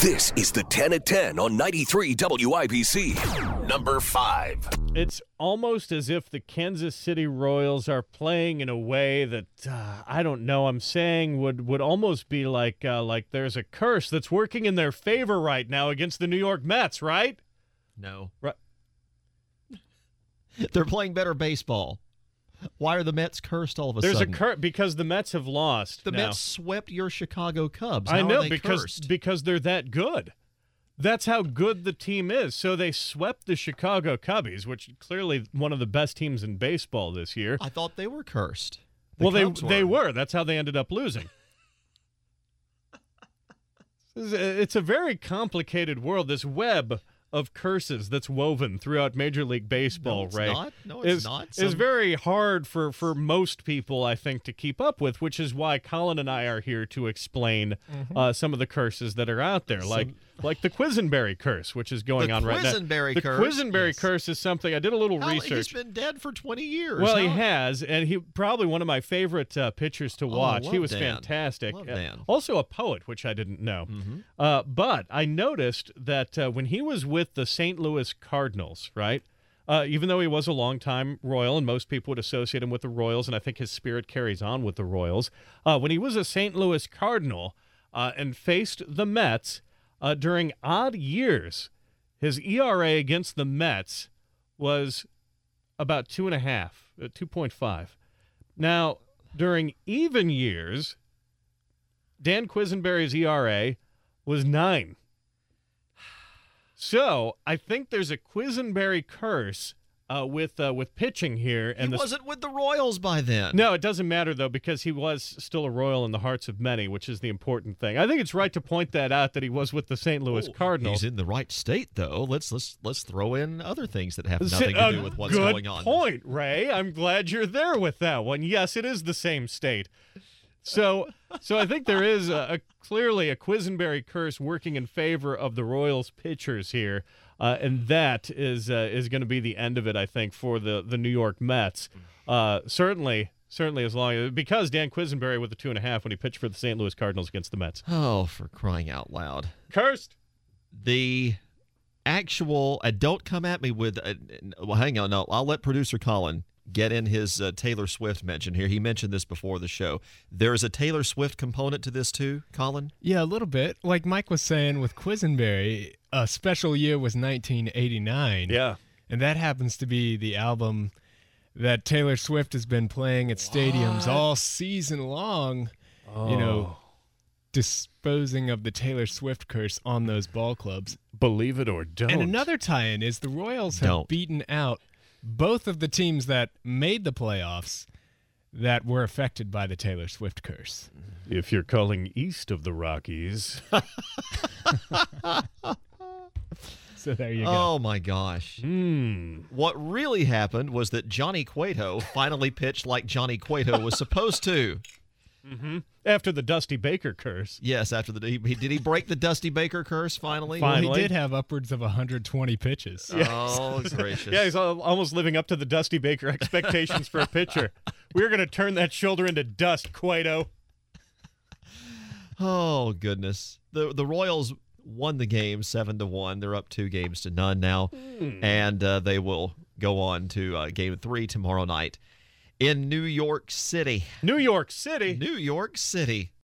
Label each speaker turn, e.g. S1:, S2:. S1: This is the 10 at 10 on 93 WIBC. Number five.
S2: It's almost as if the Kansas City Royals are playing in a way that uh, I don't know. I'm saying would would almost be like uh, like there's a curse that's working in their favor right now against the New York Mets, right?
S3: No.
S2: Right.
S3: They're playing better baseball. Why are the Mets cursed all of a
S2: There's
S3: sudden?
S2: a curse because the Mets have lost.
S3: the
S2: now.
S3: Mets swept your Chicago Cubs.
S2: I
S3: How
S2: know
S3: are they
S2: because
S3: cursed?
S2: because they're that good. That's how good the team is. So they swept the Chicago Cubbies, which clearly one of the best teams in baseball this year.
S3: I thought they were cursed. The
S2: well, they
S3: Cubs
S2: they
S3: weren't.
S2: were. That's how they ended up losing. This is a- it's a very complicated world. This web of curses that's woven throughout Major League Baseball,
S3: it's
S2: right?
S3: not. No, it's
S2: is,
S3: not.
S2: is
S3: Some-
S2: very hard for for most people, I think, to keep up with, which is why Colin and I are here to explain
S3: Mm-hmm.
S2: uh, some of the curses that are out there, like like the Quisenberry curse, which is going
S3: The
S2: on right now.
S3: Quisenberry
S2: the
S3: curse,
S2: Quisenberry
S3: yes.
S2: curse is something I did a little
S3: How-
S2: research.
S3: He's been dead for 20 years.
S2: Well,
S3: How-
S2: he has, and he probably one of my favorite uh, pitchers to
S3: I
S2: watch. he
S3: Oh, love
S2: was
S3: Dan.
S2: fantastic.
S3: Love
S2: Uh,
S3: Dan. Mm-hmm.
S2: also a poet, which I didn't know. Uh, but I noticed that uh, when he was with the St. Louis Cardinals, right? Uh, even though he was a longtime Royal, and most people would associate him with the Royals, and I think his spirit carries on with the Royals. Uh, when he was a St. Louis Cardinal uh, and faced the Mets uh, during odd years, his ERA against the Mets was about two and a half, uh, 2.5. Now, during even years, Dan Quisenberry's ERA was nine. So I think there's a Quisenberry curse uh, with uh, with pitching here,
S3: he
S2: and the
S3: wasn't with the Royals by then.
S2: no, it doesn't matter though because he was still a royal in the hearts of many, which is the important thing. I think it's right to point that out that he was with the St. Louis
S3: Oh,
S2: Cardinals.
S3: He's in the right state, though. Let's let's let's throw in other things that have
S2: Is
S3: nothing
S2: it
S3: to
S2: a
S3: do with what's
S2: um, good
S3: going on.
S2: Point, Ray. I'm glad you're there with that one. Yes, it is the same state. So, so I think there is a, a clearly a Quisenberry curse working in favor of the Royals pitchers here, uh, and that is uh, is going to be the end of it. I think for the the New York Mets, uh, certainly. Certainly, as long as because Dan Quisenberry with the two and a half when he pitched for the St. Louis Cardinals against the Mets,
S3: Oh, for crying out loud!
S2: cursed.
S3: The actual and don't come at me with. Uh, well, hang on. No, I'll let producer Colin get in his uh, Taylor Swift mention here. He mentioned this before the show. There is a Taylor Swift component to this too, Colin.
S4: Yeah, a little bit. Like Mike was saying with Quisenberry, a special year was 1989.
S2: Yeah,
S4: And that happens to be the album that Taylor Swift has been playing at stadiums all season long, you know, disposing of the Taylor Swift curse on those ball clubs.
S2: believe it or don't.
S4: And another tie in is the Royals have
S3: Don't.
S4: beaten out both of the teams that made the playoffs that were affected by the Taylor Swift curse.
S2: if you're calling east of the Rockies,
S4: So there you go.
S3: Oh my gosh!
S2: hmm.
S3: What really happened was that Johnny Cueto finally pitched like Johnny Cueto was supposed to.
S2: after the Dusty Baker curse.
S3: Yes, after the he, he- did he break the Dusty Baker curse finally?
S2: Fin-
S4: Well,
S2: Finally.
S4: he did have upwards of 120 pitches.
S3: Oh gracious!
S2: Yeah, he's al- almost living up to the Dusty Baker expectations for a pitcher. We're going to turn that shoulder into dust, Cueto.
S3: oh goodness! The the Royals won the game seven to one. They're up two games to none now, and uh, they will go on to uh, game three tomorrow night in New York City.
S2: New York City.
S3: New York City.